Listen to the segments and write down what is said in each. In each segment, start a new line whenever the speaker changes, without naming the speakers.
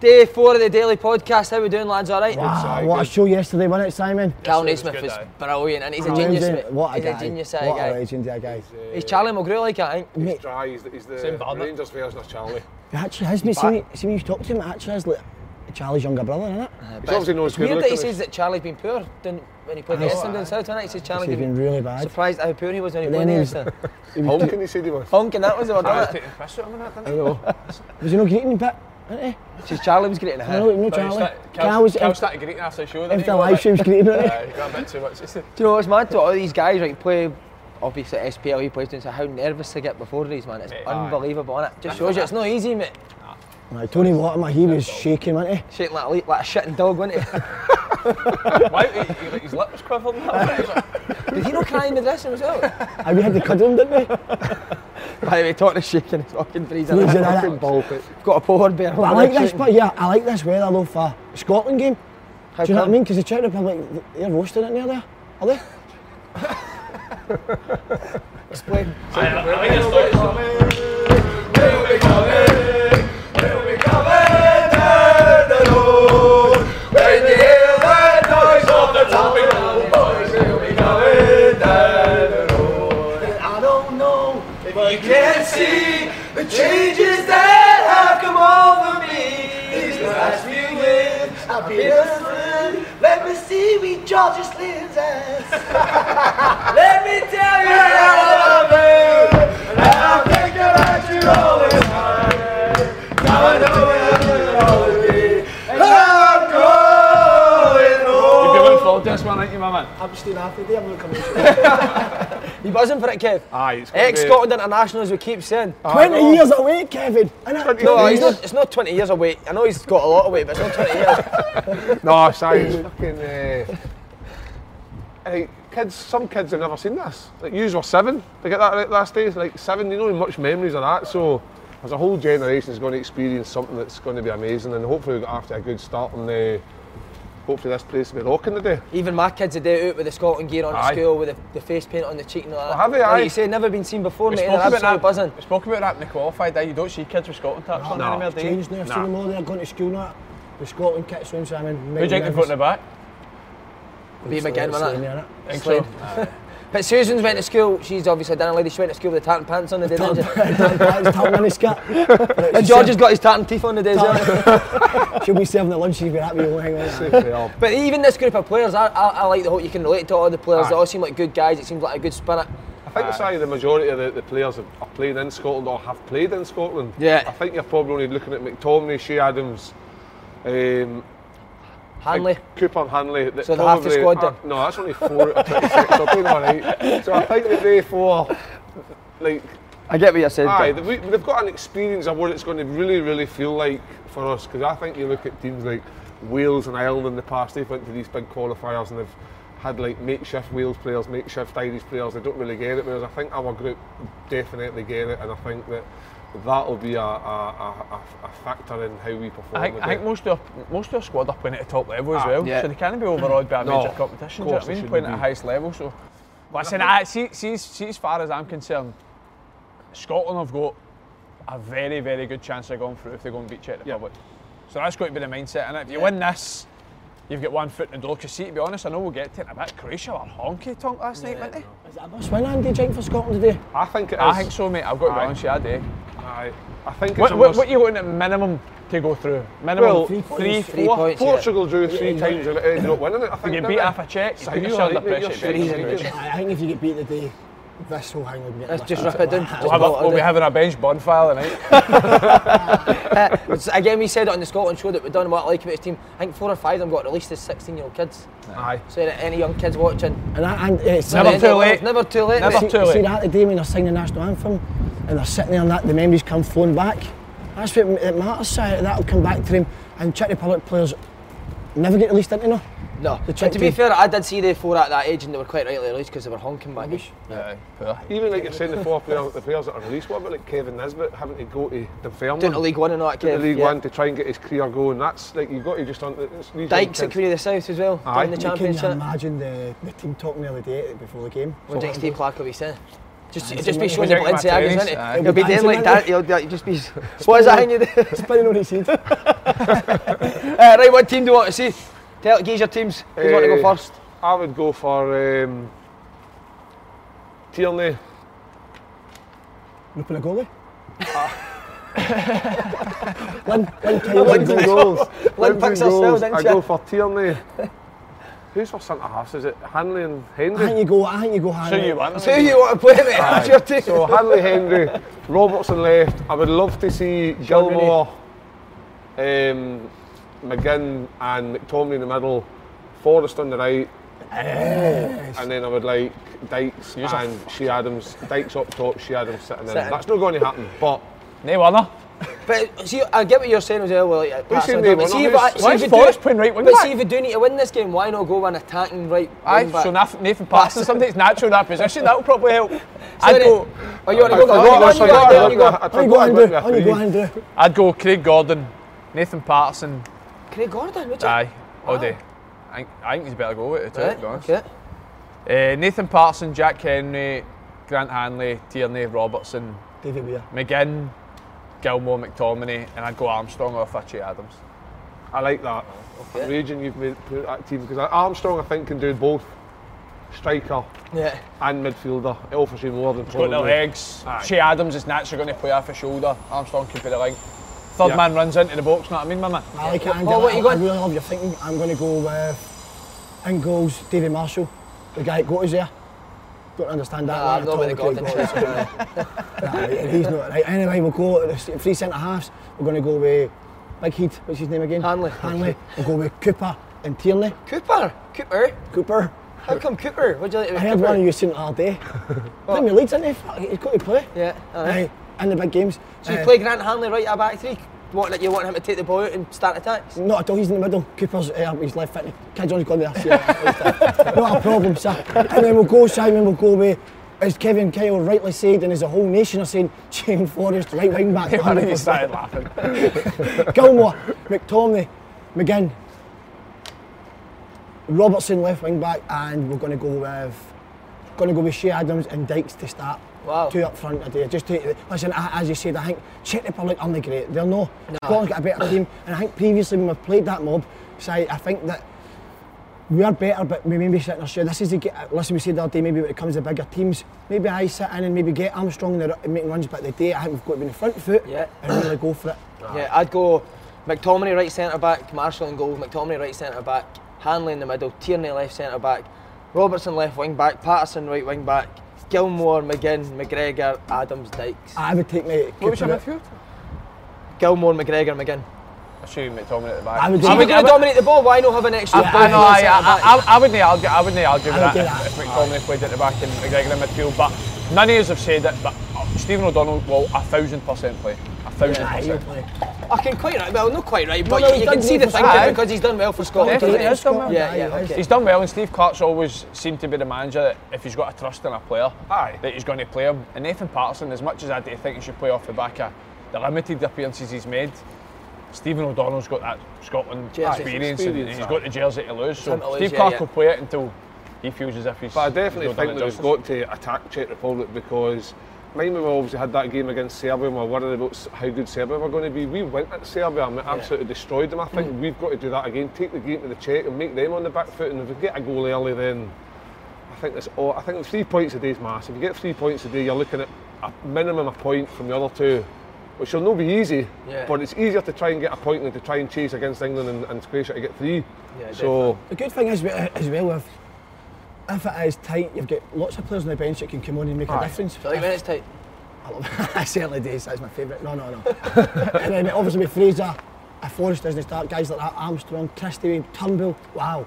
day four of the daily podcast. How we doing, lads? All right.
Wow, what a show yesterday, wasn't it, Simon?
Carl
it was
Naismith
good,
was
aye.
brilliant, and he's a
Amazing.
genius. mate.
What a
he's
guy.
a genius, aye,
what
guy.
a legend, that guy.
He's uh, Charlie McGrew, like I think.
Mate,
Try, he's the, he's the
Same Barnett.
Rangers version of Charlie.
it actually has me. See,
back.
me- see when you talk to him, it actually has like Charlie's younger brother, isn't it?
Uh,
He's obviously knows
It's weird that he says that Charlie's been poor didn't- when he played
Aye.
Essendon down south. When he says Charlie
He's been really bad.
surprised at how poor he was when he
But then
played
he's-
Essendon.
Honking, he said he was.
Oh.
Honking, that was the word.
I was
wasn't it?
taking the piss out of him in that,
I
didn't
know. Was he no greeting pit? Wasn't he?
Says Charlie was great in the
I know,
head.
no
he?
Charlie. Cal
Cal,
was
Cal
if,
started greeting after the show. didn't
if
he?
the
Got a
live
bit-
stream's greeting, wasn't
Aye, got a bit too much. It's a-
Do you know what's mad to all these guys, right? Play obviously SPL, he E plays down so how nervous they get before these, man. It's
Mate, aye.
unbelievable, innit? Just shows you it's not easy, mate.
he? Aye, Tony Mortimer, he was shaking, wasn't he?
Shaking like a, le- like a shitting dog, wasn't he?
Why? he- he- like, His lip was quivering.
Did he not cry in the dressing room as well?
Aye, we had to cuddle him, didn't we?
By the way, talking shaking is fucking freezing.
Freezing,
It's
innit?
fucking ball pit. I've got a polar bear.
But I like this, but yeah, I like this weather though for Scotland game.
How
Do you know what I
come?
mean? Because the Czech Republic, they're roasting it near there, are they?
Explain.
You're going forward this one, aren't you, my man?
I'm staying after day, I'm not coming.
You buzzing for it, Kev?
Aye, it's gonna be-
Ex Scotland international, as we keep saying.
20 years away, Kevin. Innit?
No, he's not, it's not 20 years away. I know he's got a lot of weight, but it's not 20 years.
No, science. fucking. Uh, like, kids, some kids have never seen this. Like, yous were seven to get that right last day. Like, seven, you know, much memories of that. So, there's a whole generation that's going to experience something that's going to be amazing. And hopefully, we got after a good start. And uh, hopefully, this place will be rocking today.
Even my kids a day out with the Scotland gear on at
Aye.
school, with the, the face paint on the cheek and all that.
have they,
Like
aye.
you say, never been seen before,
We
mate.
spoke
They're
about
absolutely
that.
buzzing.
We spoke about that in the qualified. Day. You don't see kids with Scotland taps on
No,
anymore, do you?
Changed now, I've seen them all there going to school now. The Scotland kits round, so I'm in.
Who do you think they put in the back?
Beat him again, man.
Think
Slade.
so.
But Susan's went to school, she's obviously a dinner lady, she went to school with the tartan pants on the day, didn't she?
That's top money scat.
And George has got his tartan teeth on the day, as well.
She'll be serving at lunch, she'll be happy, we'll hang on.
Superb.
But even this group of players, I, I, I like the whole you can relate to all the players. They all seem like good guys. It seems like a good spinner.
I think it's like the majority of the, the players that are playing in Scotland or have played in Scotland.
Yeah.
I think you're probably only looking at McTominay, Shea Adams, um,
Hanley.
Like Cooper and Hanley. that
So they're half the
probably
squad
are-
then?
No, that's only four out of 26. they're doing all right. So I think that they four, like,
I get what you're saying.
aye, we, they've got an experience of what it's going to really, really feel like for us. Because I think you look at teams like Wales and Ireland in the past, they've went to these big qualifiers and they've had like makeshift Wales players, makeshift Irish players. They don't really get it. Whereas I think our group definitely get it, and I think that. That'll be a, a, a, a- a factor in how we perform.
I think,
with
I think
it.
most of their, most of their squad are playing at the top level as well,
Yeah.
so they can't be overawed by a
No,
major competition. Do you know
course
what I
they
mean? Playing at
shouldn't
the
be.
highest level, so. But I said, I, see, see, see, as far as I'm concerned, Scotland have got a very, very good chance of going through if they go and beat Czech Republic. So that's got to be the mindset. And if you win this, you've got one foot in the door. Because see, to be honest, I know we'll get to it in a bit. Croatia were honky tonk last night, weren't they?
Is it a must win, Andy, do you think, for Scotland today?
I think it is.
I think so, mate. I've got to be
Aye.
honest with you, I do.
Aye. I think it's
Ah, What, what,
almost-
what are you looking at minimum to go through? Minimum
Well,
three,
three
four?
Three points. yeah.
Portugal drew three times and it ended up winning it. I think.
You
didn't
beat
it?
half a check, you
So
put
you're
yourself
right,
under
mate,
pressure,
you're
you're
freezing,
freezing,
Richard.
I I think if you get beat today, this whole hang will be
Let's just rip
lifted
it down.
up.
We'll, have a, we'll be having a bench bonfire tonight.
Uh, It's- Again, we said it on the Scotland show that we've done what I like about his team. I think four or five of them got released as 16 year old kids.
Aye.
So, that any young kids watching,
And, I, and it's
Never
it's-
too late. Never too late,
Never
mate.
too
See
late.
that the day when they're singing the national anthem and they're sitting there and that the memories come flowing back. That's what it matters. sir. That'll come back to them. And Czech Republic players never get released into no.
No.
The
And to be
team.
fair, I did see the four at that age and they were quite rightly released because they were honking back. then.
Even like you're saying, the four players, the players that are released. What about like Kevin Nisbet having to go to Dunfermline,
Doing the League One and all that,
to
Kev,
League
yeah.
One to try and get his career going? That's like you've got to just on the
Dykes at Queen of the South as well,
Aye.
down the
You
You can
championship.
imagine the, the team talking the other day before the game.
Well, next day Clark will be saying. Just,
it's
just be
amazing.
showing your
We're doing
blind saggers,
Martinez,
isn't it?
aye.
He'll be doing
Dancing
like
like
that. He'll, he'll just be. What is that thing you do?
Spinning on his head.
Uh, right, what team do you want to see? Tell, geez, your teams. Who's want to go
Eh,
first?
I would go for um, Tierney.
Looping a goalie. one, one time, one
Two
goal.
goals.
Lynn picks
Two
herself,
goals.
didn't
I
she?
go for Tierney. Who's for centre halves? Is it Hanley and
I
Henry?
think you go, I think you go high.
so you win.
Who you want to play, mate? That's your team.
So Hanley, Henry, Robertson left. I would love to see Gilmore, um, McGinn, and McTominay in the middle. Forrest on the right, and then I would like Dykes
You're a
and She Adams. Dykes up top, She Adams sitting in.
Sitting.
That's not going to happen. But
No winner.
But see, I get what you're saying as well. Well, like, Pat's
saying
on
they
top, but
won't
see
know
if I-
who's-
see
why
if
is
we
Forrest
do-
playing right wing
But
back?
see, if we do need to win this game, why not go an attacking right
Aye,
wing back?
so Nathan, Nathan Parsons, somebody that's natural in that position, that'll probably help. I'd
Sorry.
go,
Oh, you want to
I
go?
forgot-
for-
I
on you
forgot-
go,
I
on you go.
forgot- I
On you go,
forgot
Andrew.
about
On you go,
three.
Andrew.
I'd go Craig Gordon, Nathan Parsons,
Craig Gordon, would you?
aye, all day. I, think- I think he's a better go with it, too, to
Right,
be honest.
okay.
Eh, Nathan Parsons, Jack Henry, Grant Hanley, Tierney, Robertson,
David Weir.
McGinn, Gilmore, McTominay, and I'd go Armstrong or Fitchie Adams.
I like that. I'm raging you've made put that team because Armstrong I think can do both striker
Yeah.
and midfielder. It offers you more than
Got the
probably.
legs.
Aye.
Shea Adams is naturally going to play off his shoulder. Armstrong could be the leg. Third
Yeah.
man runs into the box, know what I mean, my man?
I like it, Andy.
Paul, Oh, what
I,
you
I
got?
really love your thinking. I'm going to go with in goals, David Marshall, the guy that got us there. Don't understand that.
Nah,
one
Ah, I'm
at
not
all,
with the
Craig
Gordon. uh,
Gordon. Nah, and he's not right. Anyway, we'll go at the s- three centre halves. We're going to go with Big Heed. What's his name again?
Hanley.
Hanley. We'll go with Cooper and Tierney.
Cooper, Cooper.
Cooper.
How come Cooper? Would you like to
I
be
heard
Cooper?
one of you saying all day. Premier League, didn't he? Fuck, He's got to play.
Yeah. all right.
Aye, in the big games.
So you
Uh,
play Grant Hanley right at back three? What, like you want him to take the ball out and start attacks?
Not at all, he's in the middle. Cooper's uh, he's left footed. Kid's only gone there. See, not a problem, sir. And then we'll go, Simon, we'll go with, as Kevin Kyle rightly said, and as the whole nation are saying, Shane Forrest, right wing back.
Why did you started laughing?
Gilmore, McTominay, McGinn, Robertson left wing back, and we're going to go with. Going to go with Shea Adams and Dykes to start.
Wow.
Two up front a day. Just to, listen, I, as you said, I think Czech Republic aren't they great. They're no. Scotland's got a better team, and I think previously when we've played that mob, so I, I think that we are better, but we maybe sit in our shell. This is the ge- listen. We said the other day maybe when it comes to bigger teams, maybe I sit in and maybe get Armstrong in the, ru- making runs, but the day I think we've got to be in the front foot
Yeah.
and really go for it.
Yeah, I'd go McTominay right centre back, Marshall in goal, McTominay right centre back, Hanley in the middle, Tierney left centre back, Robertson left wing back, Patterson right wing back, Gilmore, McGinn, McGregor, Adams, Dykes.
I would take my.
What was your
Cooper out.
midfield?
Gilmore, McGregor, McGinn.
Assuming McTominay at the back.
I would
So
I
if
would-
you're going to dominate the ball, why not have an extra?
I, I know, I, I, I, I wouldn't argue, I wouldn't argue with
I would
that,
do
if-
that.
if McTominay played at the back and McGregor in midfield, but none of us have said it, but uh, Stephen O'Donnell will a thousand percent play. A thousand
Aye, he'll
percent.
play.
I can quite right, well, not quite right, but
no,
you
he's
can
done
see the
well for
thinking
Scotland.
because he's done well for Scotland.
Definitely,
hasn't
he's done well.
Yeah, yeah,
Aye,
okay.
He's done well, and Steve Clark's always seemed to be the manager that if he's got a trust in a player,
Aye.
that he's going to play him. And Nathan Patterson, as much as I do think he should play off the back of the limited appearances he's made, Stephen O'Donnell's got that Scotland
Jersey.
experience, and
Experience,
he's
aye.
got the jersey to lose. So
Him to lose,
Steve
yeah,
Clark
yeah.
will play it until he feels as if he's.
But I definitely
he's not
think
done
that
it
we've
justice.
got to attack Czech Republic because mind when we obviously had that game against Serbia and we are worried about s- how good Serbia were going to be, we went at Serbia and we absolutely destroyed them. I think
Mm.
we've got to do that again, take the game to the Czech and make them on the back foot. And if we get a goal early, then I think that's all. I think three points a day is massive. If you get three points a day, you're looking at a minimum a point from the other two, which will not be easy,
Yeah.
but it's easier to try and get a point than to try and chase against England and, and Croatia to get three.
Yeah,
so,
The good thing is, we- as well, if, if it is tight, you've got lots of players on the bench that can come on and make a difference.
So like when it's tight,
I love it. I certainly do. That's my favourite. No, no, no. and then obviously with Fraser, if Forrest doesn't start, guys like that, Armstrong, Christie, Turnbull, wow.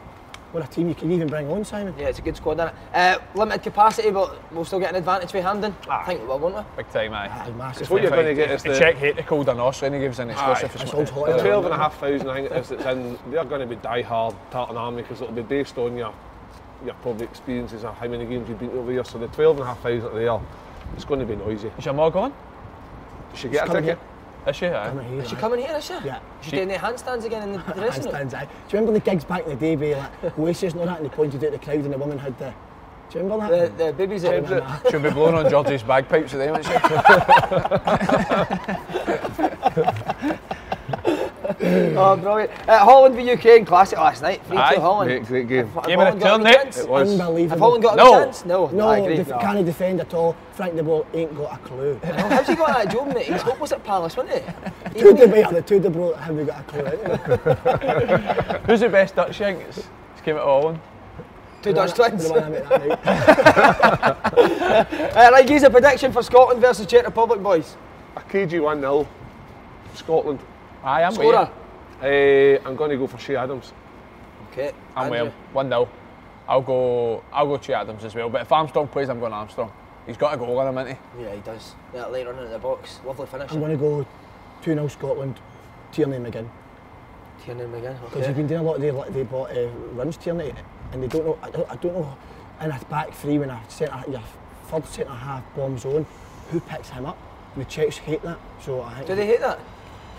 What a team you can even bring on, Simon.
yeah, it's a good squad, is Uh, limited capacity, but we'll still get an advantage with Hamden. I think we will, won't we?
Big time, aye.
That is massive.
it's what you're
If I-
going to get is
if
the.
Czech hate the cold and us when he gives an exclusive.
That's
it's-
old hot.
The
isn't it?
12,500 I think it is that's in, they're going to be die-hard Tartan Army because it'll be based on your your probably experiences of how many games you've been over here. So the 12,500 there, it's going to be noisy.
Is your mug on?
She get a
coming
ticket.
Is she? Aye.
Come here,
Is she
aye.
coming here this year?
Yeah.
She's doing the handstands again in the dressing room.
Handstands, aye. Do you remember the gigs back in the day, where like, Oasis and all that, and they pointed out the crowd and the woman had the. Do you remember
The,
that?
the baby's
I
head.
remember that.
She'll be blowing on Geordie's bagpipes at the end. won't she?
Oh, brilliant. Uh, Holland v UK in classic last night. 3 2
Aye.
Holland.
Great, great game.
Have- have
Game of
Holland got
return,
any
Nick.
chance?
It was.
Unbelievable.
Have Holland got
No.
a chance? No,
No,
I agree.
def- can't defend at all. Frank de Boer ain't got a clue.
No, How's he got that job, mate? His hope was at Palace, wasn't it?
two de Boer, the two de Boer, have we got a clue? ain't
Who's the best Dutch yank? It's, it's came at Holland.
Two Dutch
we?
twins.
The one I met that night.
Uh, right, give us a prediction for Scotland versus Czech Republic, boys.
A KG 1 0, Scotland.
Aye, I'm
Scorer.
with
Eh, I'm going to go for Shea Adams.
Okay.
you. I'm
Andrew.
well. One 0 I'll go. I'll go Che Adams as well. But if Armstrong plays, I'm going Armstrong. He's got a goal in him, isn't he?
Yeah, he does. That late running at the box. Lovely finish.
I'm going to go 2 0 Scotland, Tierney and McGinn.
Tiernan McGinn.
Because
Okay.
you've been doing a lot of they, like, they bought uh, runs Tierney and they don't know, I don't, I don't know, in a back three when a centre, your third centre half bomb zone, who picks him up? The Czechs hate that, so I think
Do they hate that?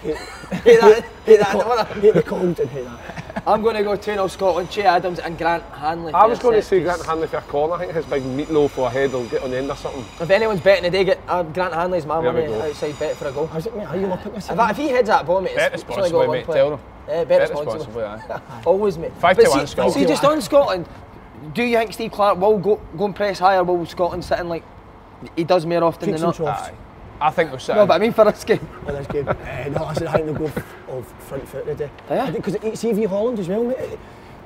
hate,
Hate that. hate that.
cold,
don't
hate the cold and hate that.
they? I'm going to go 2 0 Scotland, Che Adams and Grant Hanley.
I was
for
going to
set
say
piece.
Grant Hanley for a corner. I think his big meatloaf or head will get on the end or something.
If anyone's betting today, get uh, Grant Hanley's my
There we
money
go.
outside bet for a goal.
I was like, mate, are you looking at this?
If, that- if he heads that ball, mate,
Bet
it's, it's only
responsibly,
got one
mate.
player.
Tell them.
Yeah, bet,
Bet
responsibly.
responsibly, aye.
Always, mate.
Five
But
to
see-
one, Scotland.
See, just on Scotland, do you think Steve Clark will go, go and press higher? Will Scotland sit in like he does more often
Cheeks
than
and
not?
troughs
I think we'll sit.
No,
in.
but I mean for this game.
in this game. Eh, no, I said, I think they'll go f- of front foot today.
Oh, Yeah.
Because it's EV Holland as well, mate. It-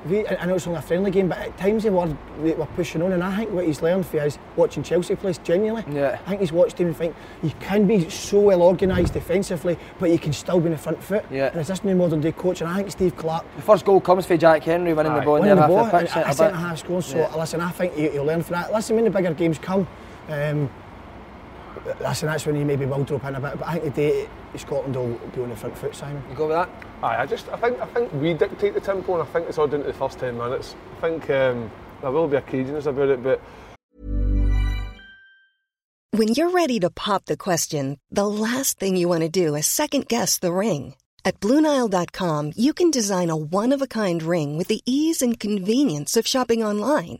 we- eh, I I know it's only a friendly game, but at times they were, they were pushing on, and I think what he's learned for is watching Chelsea play genuinely.
Yeah.
I think he's watched him and think he can be so well organised defensively, but he can still be in the front foot.
Yeah.
And it's this new modern day coach, and I think Steve Clark
The first goal comes for Jack Henry winning the
Aye.
ball in
winning
there
the
half
ball,
the pitch.
and
centre
a centre
back.
half score. So
Yeah.
listen, I think he- he'll learn from that. Listen, when the bigger games come, um, listen, that's when he maybe will drop in a bit. But I think today Scotland will be on the front foot, Simon.
You go with that.
Aye, I just I think I think we dictate the tempo, and I think it's all down to the first ten minutes. I think um, there will be a caginess about it, but
When you're ready to pop the question, the last thing you want to do is second guess the ring. At Bluenile.com, you can design a one of a kind ring with the ease and convenience of shopping online.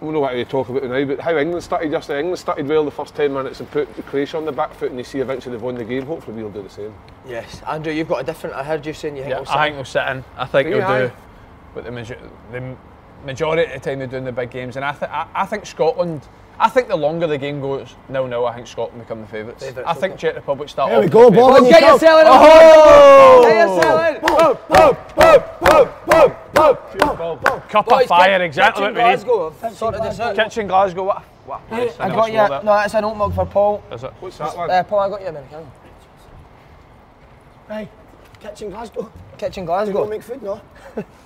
we know what we talk about now. But how England started yesterday, England started well the first ten minutes and put Croatia on the back foot, and you see eventually they've won the game. Hopefully we'll do the same.
Yes, Andrew, you've got a different. I heard you saying you think.
Yeah,
we'll sit.
I think we'll sit in. I think
Three
we'll do.
high.
But the, major- the m- majority of the time they're doing the big games, and I, th- I, I think Scotland. I think the longer the game goes, no, no, I think Scotland become the favourites.
Favourites,
I think
okay.
Czech Republic start.
There we
off
go,
the favourites.
Bob.
Oh, get
yourself.
yourself in.
Oh!
Get yourself in.
Cup
Boys,
of fire,
Kit-
exactly what
Kitchen
we need.
Glasgow. I've Sorted this out.
Kitchen Glasgow, what? a- What? a place.
I
never
got you.
saw that.
No, that's an oat mug for Paul.
Is it?
What's that
Uh,
one?
Paul, I got you a Americano.
Aye. Kitchen Glasgow.
Kitchen
You go
Glasgow.
make food, no?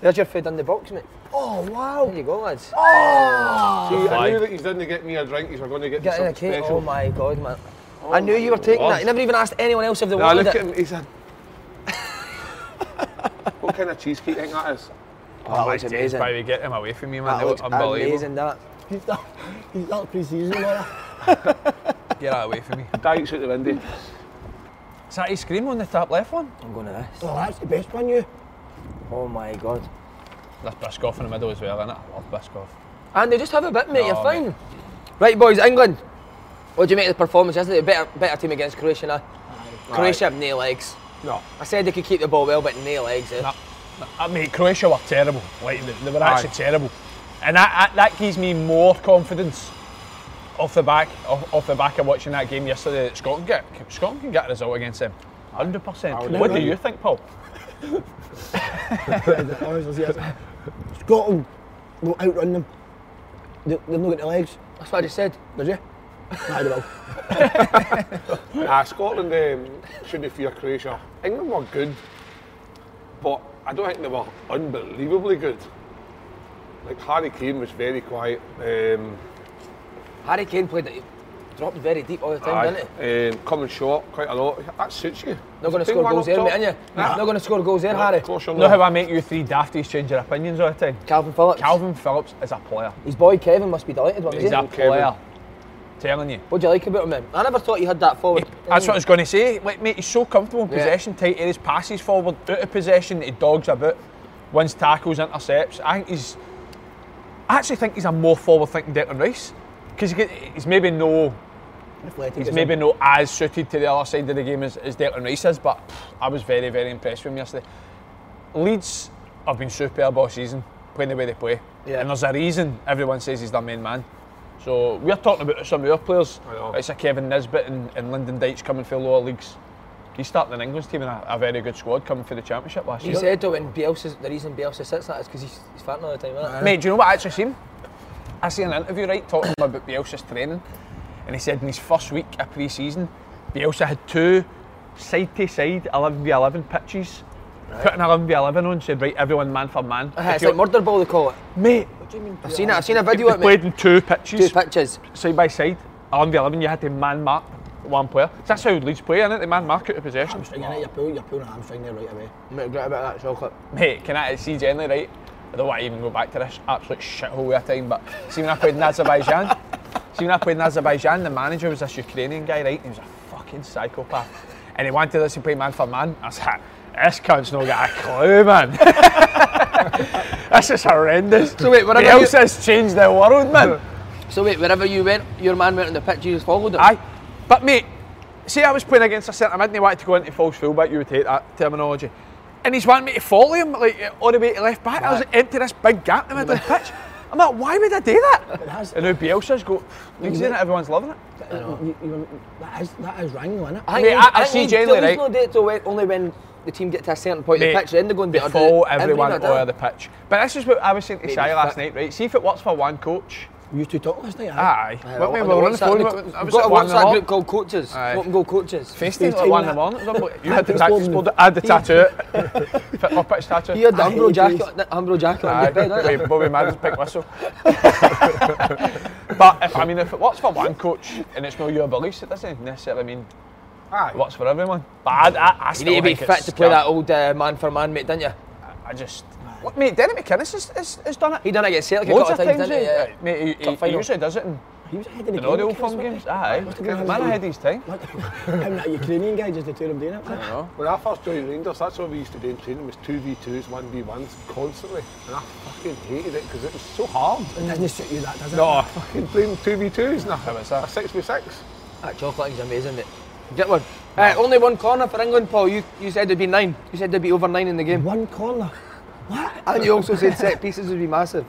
There's your food in the box, mate.
Oh,
There
wow.
you go, lads.
See, I knew
Aye.
that he's didn't get me a drink. He's going to get, me
Getting a
something
cake.
special.
Oh my god, man.
Oh,
I knew you were taking
word.
that. You never even asked anyone else if they
Nah,
Oh, it's amazing.
By the way, get him away from me, man.
That
That
looks
was unbelievable.
amazing, that.
He's done, he's done pre-season, Laura.
Get that away from me.
Dykes out the window.
Is that ice cream on the top left one?
I'm going to this.
Oh, that's the best one, you.
Oh my god.
That's Biscoff in the middle as well, innit? I love Biscoff.
Andy, Ah, just have a bit, mate.
No,
you're fine.
mate.
Right, boys, England. What do you make of the performance yesterday? Better, better team against Croatia. Now. Croatia have nail legs.
No.
I said they could keep the ball well, but nail legs. Eh?
Nah, nah, uh, mate, Croatia were terrible. Like they, they were actually
Aye.
terrible, and that, that that gives me more confidence off the back off, off the back of watching that game yesterday that Scotland get Scotland can get a result against them. Hundred percent.
would
What do
agree.
you think, Paul?
Honestly, yes. Scotland will outrun them. They, they've not got the legs,
That's what I just said.
did you? Nah, they will.
Ah, Scotland um, shouldn't fear Croatia. England were good, but I don't think they were unbelievably good. Like Harry Kane was very quiet. Um,
Harry Kane played it. Dropped very deep all the time,
aye,
didn't he?
um, coming short quite a lot. That suits you.
Not going to
Big
score
man
goals
up
there,
top.
mate, are you? Not going to score goals there,
No,
Harry.
Of course you're
Know how
not.
I make you three dafties change your opinions all the time?
Calvin Phillips.
Calvin Phillips is a player.
His boy Kevin must be delighted, wasn't
He's a
he?
player. Telling you.
What do you like about him, then? I never thought you had that forward.
That's what I was going to say. Like, mate, he's so comfortable in
Yeah.
possession, tight areas, passes forward, out of possession, he dogs about, wins tackles, intercepts. I think he's. I actually think he's a more forward thinking Declan Rice because he's maybe no. He's maybe not as suited to the other side of the game as, as Declan Rice is, but pff, I was very, very impressed with him yesterday. Leeds have been superb all season, playing the way they play.
Yeah.
And there's a reason everyone says he's their main man. So we're talking about some of our players.
I know.
It's a Kevin Nisbet and, and Lyndon Dykes coming through lower leagues. He's starting an England team in a, a very good squad coming through the championship last
He
year.
said though when Bielsa, the reason Bielsa sits that is because he's, he's farting all the time, isn't it?
Mate, do you know what I actually seen? I seen an interview, right, talking about Bielsa's training, and he said in his first week of pre season, Bielsa had two side to side 11v11 pitches. Put an 11v11 on, said, right, everyone man for man.
Aye,
If
Uh-huh, it's
you-
like murder ball they call it.
mate,
I've seen it. I've seen a
they
video of it.
played in two
Two
pitches,
pictures.
side by side, 11v11, you had to man mark one player. That's how Leeds play, innit? They man mark out of possession.
Hamstring, innit? You're pulling, you're pulling a hamstring there right away.
I'm not great about that shot clip.
Mate, can I see generally, right? I don't want to even go back to this absolute shithole of a time, but see when I played in Azerbaijan, see when I played in Azerbaijan, the manager was this Ukrainian guy, right? He was a fucking psychopath. And he wanted us to play man for man. I was like, this cunt's not got a clue, man. this is horrendous.
So wait, whatever
else
you-
has changed the world, man?
So wait, wherever you went, your man went on the pitch, you just followed him.
Aye. But mate, see I was playing against a centre mid and he wanted to go into false fullback, you would hate that terminology. And he's wanting me to follow him like all the way to left back. I was like, empty this big gap in the middle of the pitch. I'm like, why would I do that?
has-
And now Bielsa's go, Leeds in it, everyone's loving it.
You, you, that is that is wrangling, isn't it?
I
Mate,
think
I- I
think
see
he-
generally,
There's no
right?
date till when, only when the team get to a certain point of the
Mate,
pitch, then they're going to
they
do it.
follow
Everyone
everyone
did it.
over the pitch. But this is what I was saying to
Mate,
Sai
they
last
fuck-
night, right? See if it works for one coach.
You two talked last night, aye?
Aye.
Aye,
What we
On
were on the
WhatsApp
phone.
group-
I
We've
was
got a
at one in the
WhatsApp
morning.
group called Coaches.
Aye.
Open Goal Coaches.
Feisty at
team
one in
that-
the morning. it was unbelievable. You had the
That's
tattoo.
golden.
I had the tattoo. Fit my pitch tattoo.
He had the
I hate
Umbro
these.
jacket, the Umbro jacket on
Aye,
your bed, didn't he?
wait, Bobby Madden's big whistle. but if I mean, if it works for one coach and it's not your beliefs, it doesn't necessarily mean
Aye.
it works for everyone. But I, I, I
You
still
need to be
think it's
fit to play
scam.
that old uh, man for man, mate, didn't you?
I just, what, mate, Denny McInnes has, has, has done it.
He done it against Celtic a
Loads
couple
of
of times, didn't
times,
he? Yeah.
eh? mate. He,
Cup
he, he
final.
usually does it in,
He was ahead of the
in
game.
all the old
wasn't he?
firm games. Aye,
Must have been
man, I had these time.
What? Him, that Ukrainian guy, just the two of them doing it.
When I first joined Rangers, that's all we used to do in training was 2v2s, 1v1s constantly. And I fucking hated it because it was so hard.
It doesn't suit you, that, does it?
No,
Fucking playing 2v2s now.
How was that?
A 6v6.
That Ah, chocolate is amazing, mate. Get one. Uh, only one corner for England, Paul. You, you said there'd be nine. You said there'd be over nine in the game.
One corner. What?
And you also said set pieces would be massive.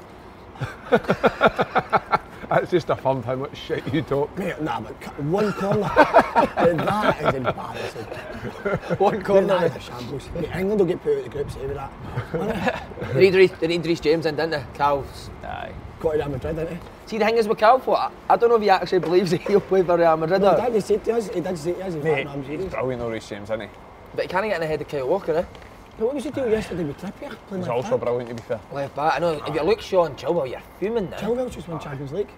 That's just a thumb how much shit you talk.
Mate, nah, but cut one corner. that is embarrassing.
One
That
corner.
is a shambles. Mate, England will get put out of the group save with that.
they, need, Reece- they need Reece James in, didn't they? Calves.
aye.
Got to Real Madrid, didn't he?
See, the thing is with Calv, what, I, I don't know if he actually believes that he'll play for Real Madrid,
No,
or-
Dad, he said to us, he did say to us, he's like,
Mate,
no, I'm
he's
serious.
brilliant, though, Reece James, isn't he?
but he can't get in the head of Kyle Walker, eh?
But what was the deal yesterday with Trippier? Playing
He's
like
also
that?
brilliant, to be fair.
Left back. I know, if you look Shaw and Chilwell, you're fuming now.
Chilwell just won Champions League.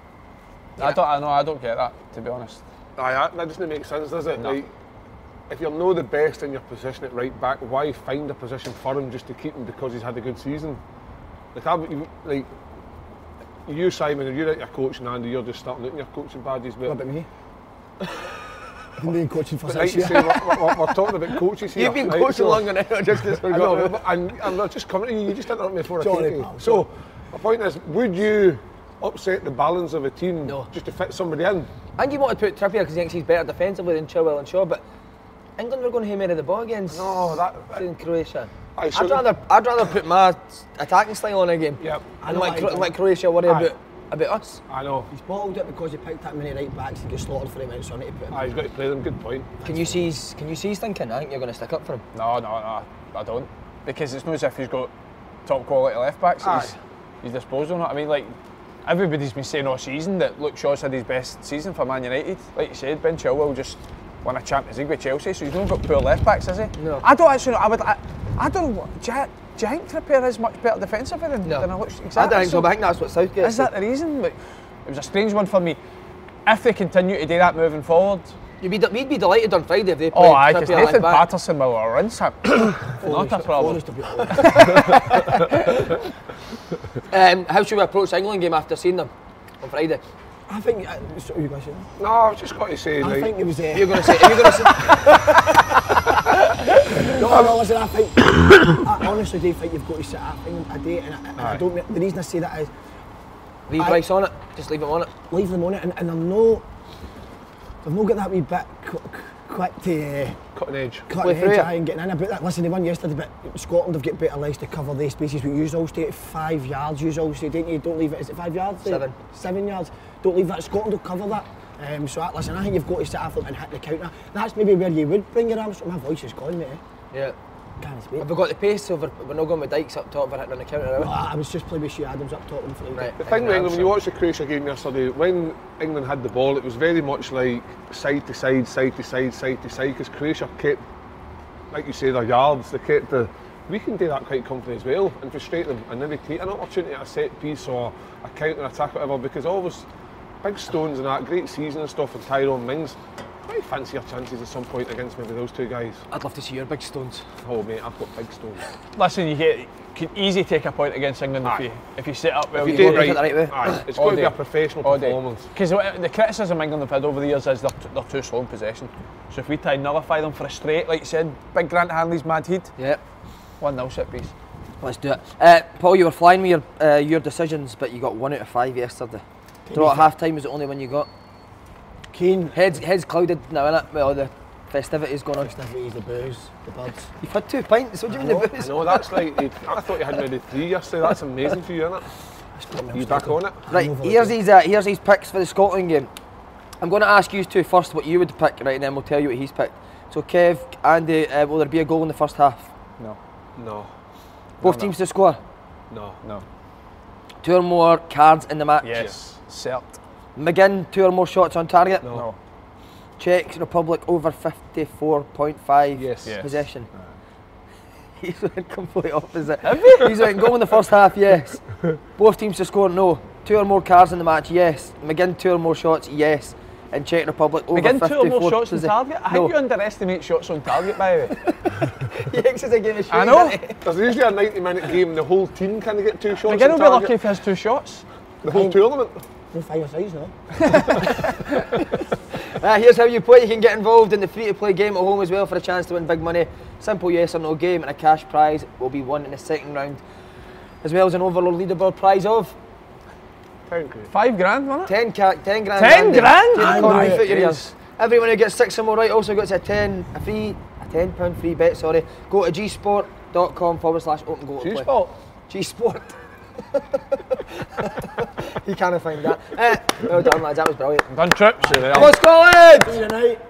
I don't, I know, I don't get that, to be honest.
Aye, that, that doesn't make sense, does it? Like, if you're no the best in your position at right back, why find a position for him just to keep him because he's had a good season? Like, I, would- like you, Simon, and you're out your coaching, Andy, you're just starting out in your coaching badges. But,
What about me? I've been doing coaching for
but like
six
you
years.
say, we're, we're, we're talking about coaches here.
You've been
right?
coaching
So-
longer than I just as
I know, but I'm, I'm not just coming to you, you just interrupt me before
Sorry,
I came to
pal,
you. So, my point is, would you upset the balance of a team
No.
just to fit somebody in?
And you want to put Trippier because he thinks he's better defensively than Chilwell and Shaw, but England were going to have many of the ball against
No, that-
in Croatia.
Aye, so
I'd
the-
rather I'd rather put my attacking style on again.
Yep.
And
I know
let,
what
Cro-
you
let Croatia worry
Aye.
about about us.
I know.
He's bottled it because he picked that many right backs and get slaughtered for the amount of sun he put in.
Ah, he's got to play them, good point.
Can you see? His, can you see his thinking? I think you're going to stick up for him.
No, no, no, I don't. Because it's not as if he's got top quality left backs at his,
Aye.
his disposal. Not, I mean, like everybody's been saying all season that Luke Shaw's had his best season for Man United. Like you said, Ben Chilwell just won a Champions League with Chelsea, so he's not got poor left backs, has he?
No.
I don't actually. know. I would. I, I don't. know what- Do you, do you think Trippier is much better defensively than,
No,
than I looked?
I don't think so. But I think that's what Southgate.
Is that the reason? Like, it was a strange one for me. If they continue to do that moving forward,
You'd be, de- we'd be delighted on Friday if they played
oh, aye, because
Trippier like
Nathan
that.
Patterson will rinse him. Not a problem.
Honest to be honest.
Um, how should we approach the England game after seeing them on Friday?
I think uh, so you guys. saying?
No, I've just got to say,
I
like,
think it was.
You're
Uh,
going to say. You're going to say.
no, no, listen. I think. I honestly do think you've got to sit up in a day, and I, and I
Aye.
don't. The reason I say that is
Leave
I-
Rice on it. Just leave him on it.
leave them on it, and, and they're no. They've not got that wee bit quick, quick to uh,
cutting edge.
cut
Play
the
through
hedge
it.
high and getting in. About that, listen, they won yesterday, but Scotland have got better legs to cover their spaces. We use all stay at five yards. Use all stay, don't you? Don't leave it. Is it five yards?
Seven.
Seven yards. Don't leave that. Scotland will cover that. Um, so I, listen, I think you've got to sit after and hit the counter. That's maybe where you would bring your arms. My voice is gone, mate.
Yeah.
Can't speak.
Have we got the pace? So we're, we're not going with Dykes up top. We're hitting on the counter. are we?
Well, I I was just playing with Shea Adams up top and for
Right.
The thing with England, when you watch the Croatia game yesterday, when England had the ball, it was very much like side to side, side to side, side to side, because Croatia kept, like you say, their yards, they kept the. We can do that quite comfortably as well and frustrate them, and then they take an opportunity at a set piece or a counter attack, whatever, because all those big stones and that great season and stuff, and Tyrone Mings. I fancy your chances at some point against maybe those two guys.
I'd love to see your big stones.
Oh mate, I've got big stones.
Listen, you get can easy take a point against England if
Aye.
you if you set up well.
you
do
it right. the way.
aye, it's
All
got to be
day.
a professional performance.
Because the criticism England have had over the years is they're, t- they're too slow in possession. So if we try and nullify them, frustrate, like you said, big Grant Hanley's mad head,
Yeah.
one nil set piece.
Let's do it. Uh, Paul, you were flying with your, uh, your decisions, but you got one out of five yesterday. Do you know what half time was the only one you got?
Kane.
Heads, heads clouded now, innit? With all the festivities going on.
First of all, he's the booze, the birds.
You've had two pints, what do you mean the
I
booze?
know, that's like, I thought you had maybe three yesterday, that's amazing for you, innit? You back on it?
Right,
Hangover
here's
again.
his, uh, here's his picks for the Scotland game. I'm going to ask you two first what you would pick, right, and then we'll tell you what he's picked. So, Kev, Andy, uh, will there be a goal in the first half?
No,
No,
Both teams to score.
no.
no.
Two or more cards in the match.
Yes, cert.
McGinn, two or more shots on target.
No.
Czech Republic over 54.5
Yes. Yes.
possession. He's went complete opposite. He's went goal in the first half, yes. Both teams to score, no. Two or more cards in the match, yes. McGinn, two or more shots, yes. And Czech Republic over
Begin
54
two or more shots on
possession.
target. I
no.
think you underestimate shots on target, by the way.
a game of
I know.
There's usually a 90 minute game, the whole team kind of get two shots.
Begin will
on
be
target.
lucky if he has two shots.
The whole tournament.
No fire size, no.
Uh, here's how you play. You can get involved in the free-to-play game at home as well for a chance to win big money. Simple yes or no game, and a cash prize will be won in the second round, as well as an overall leaderboard prize of
Thank you.
Five grand, wasn't
10,
it?
ca- 10 grand.
10
Andy.
grand?
Take the
Aye,
corner
mate.
foot your
Yes.
ears. Everyone who gets six or more right also gets a 10, a free, a 10 pound free bet, sorry. Go to gsport.com forward slash open goal to play.
G-Sport.
G-Sport. Eh, you can't find that. Uh, well done, lads. That was brilliant.
Done trips.
Go Scotland!
Tonight.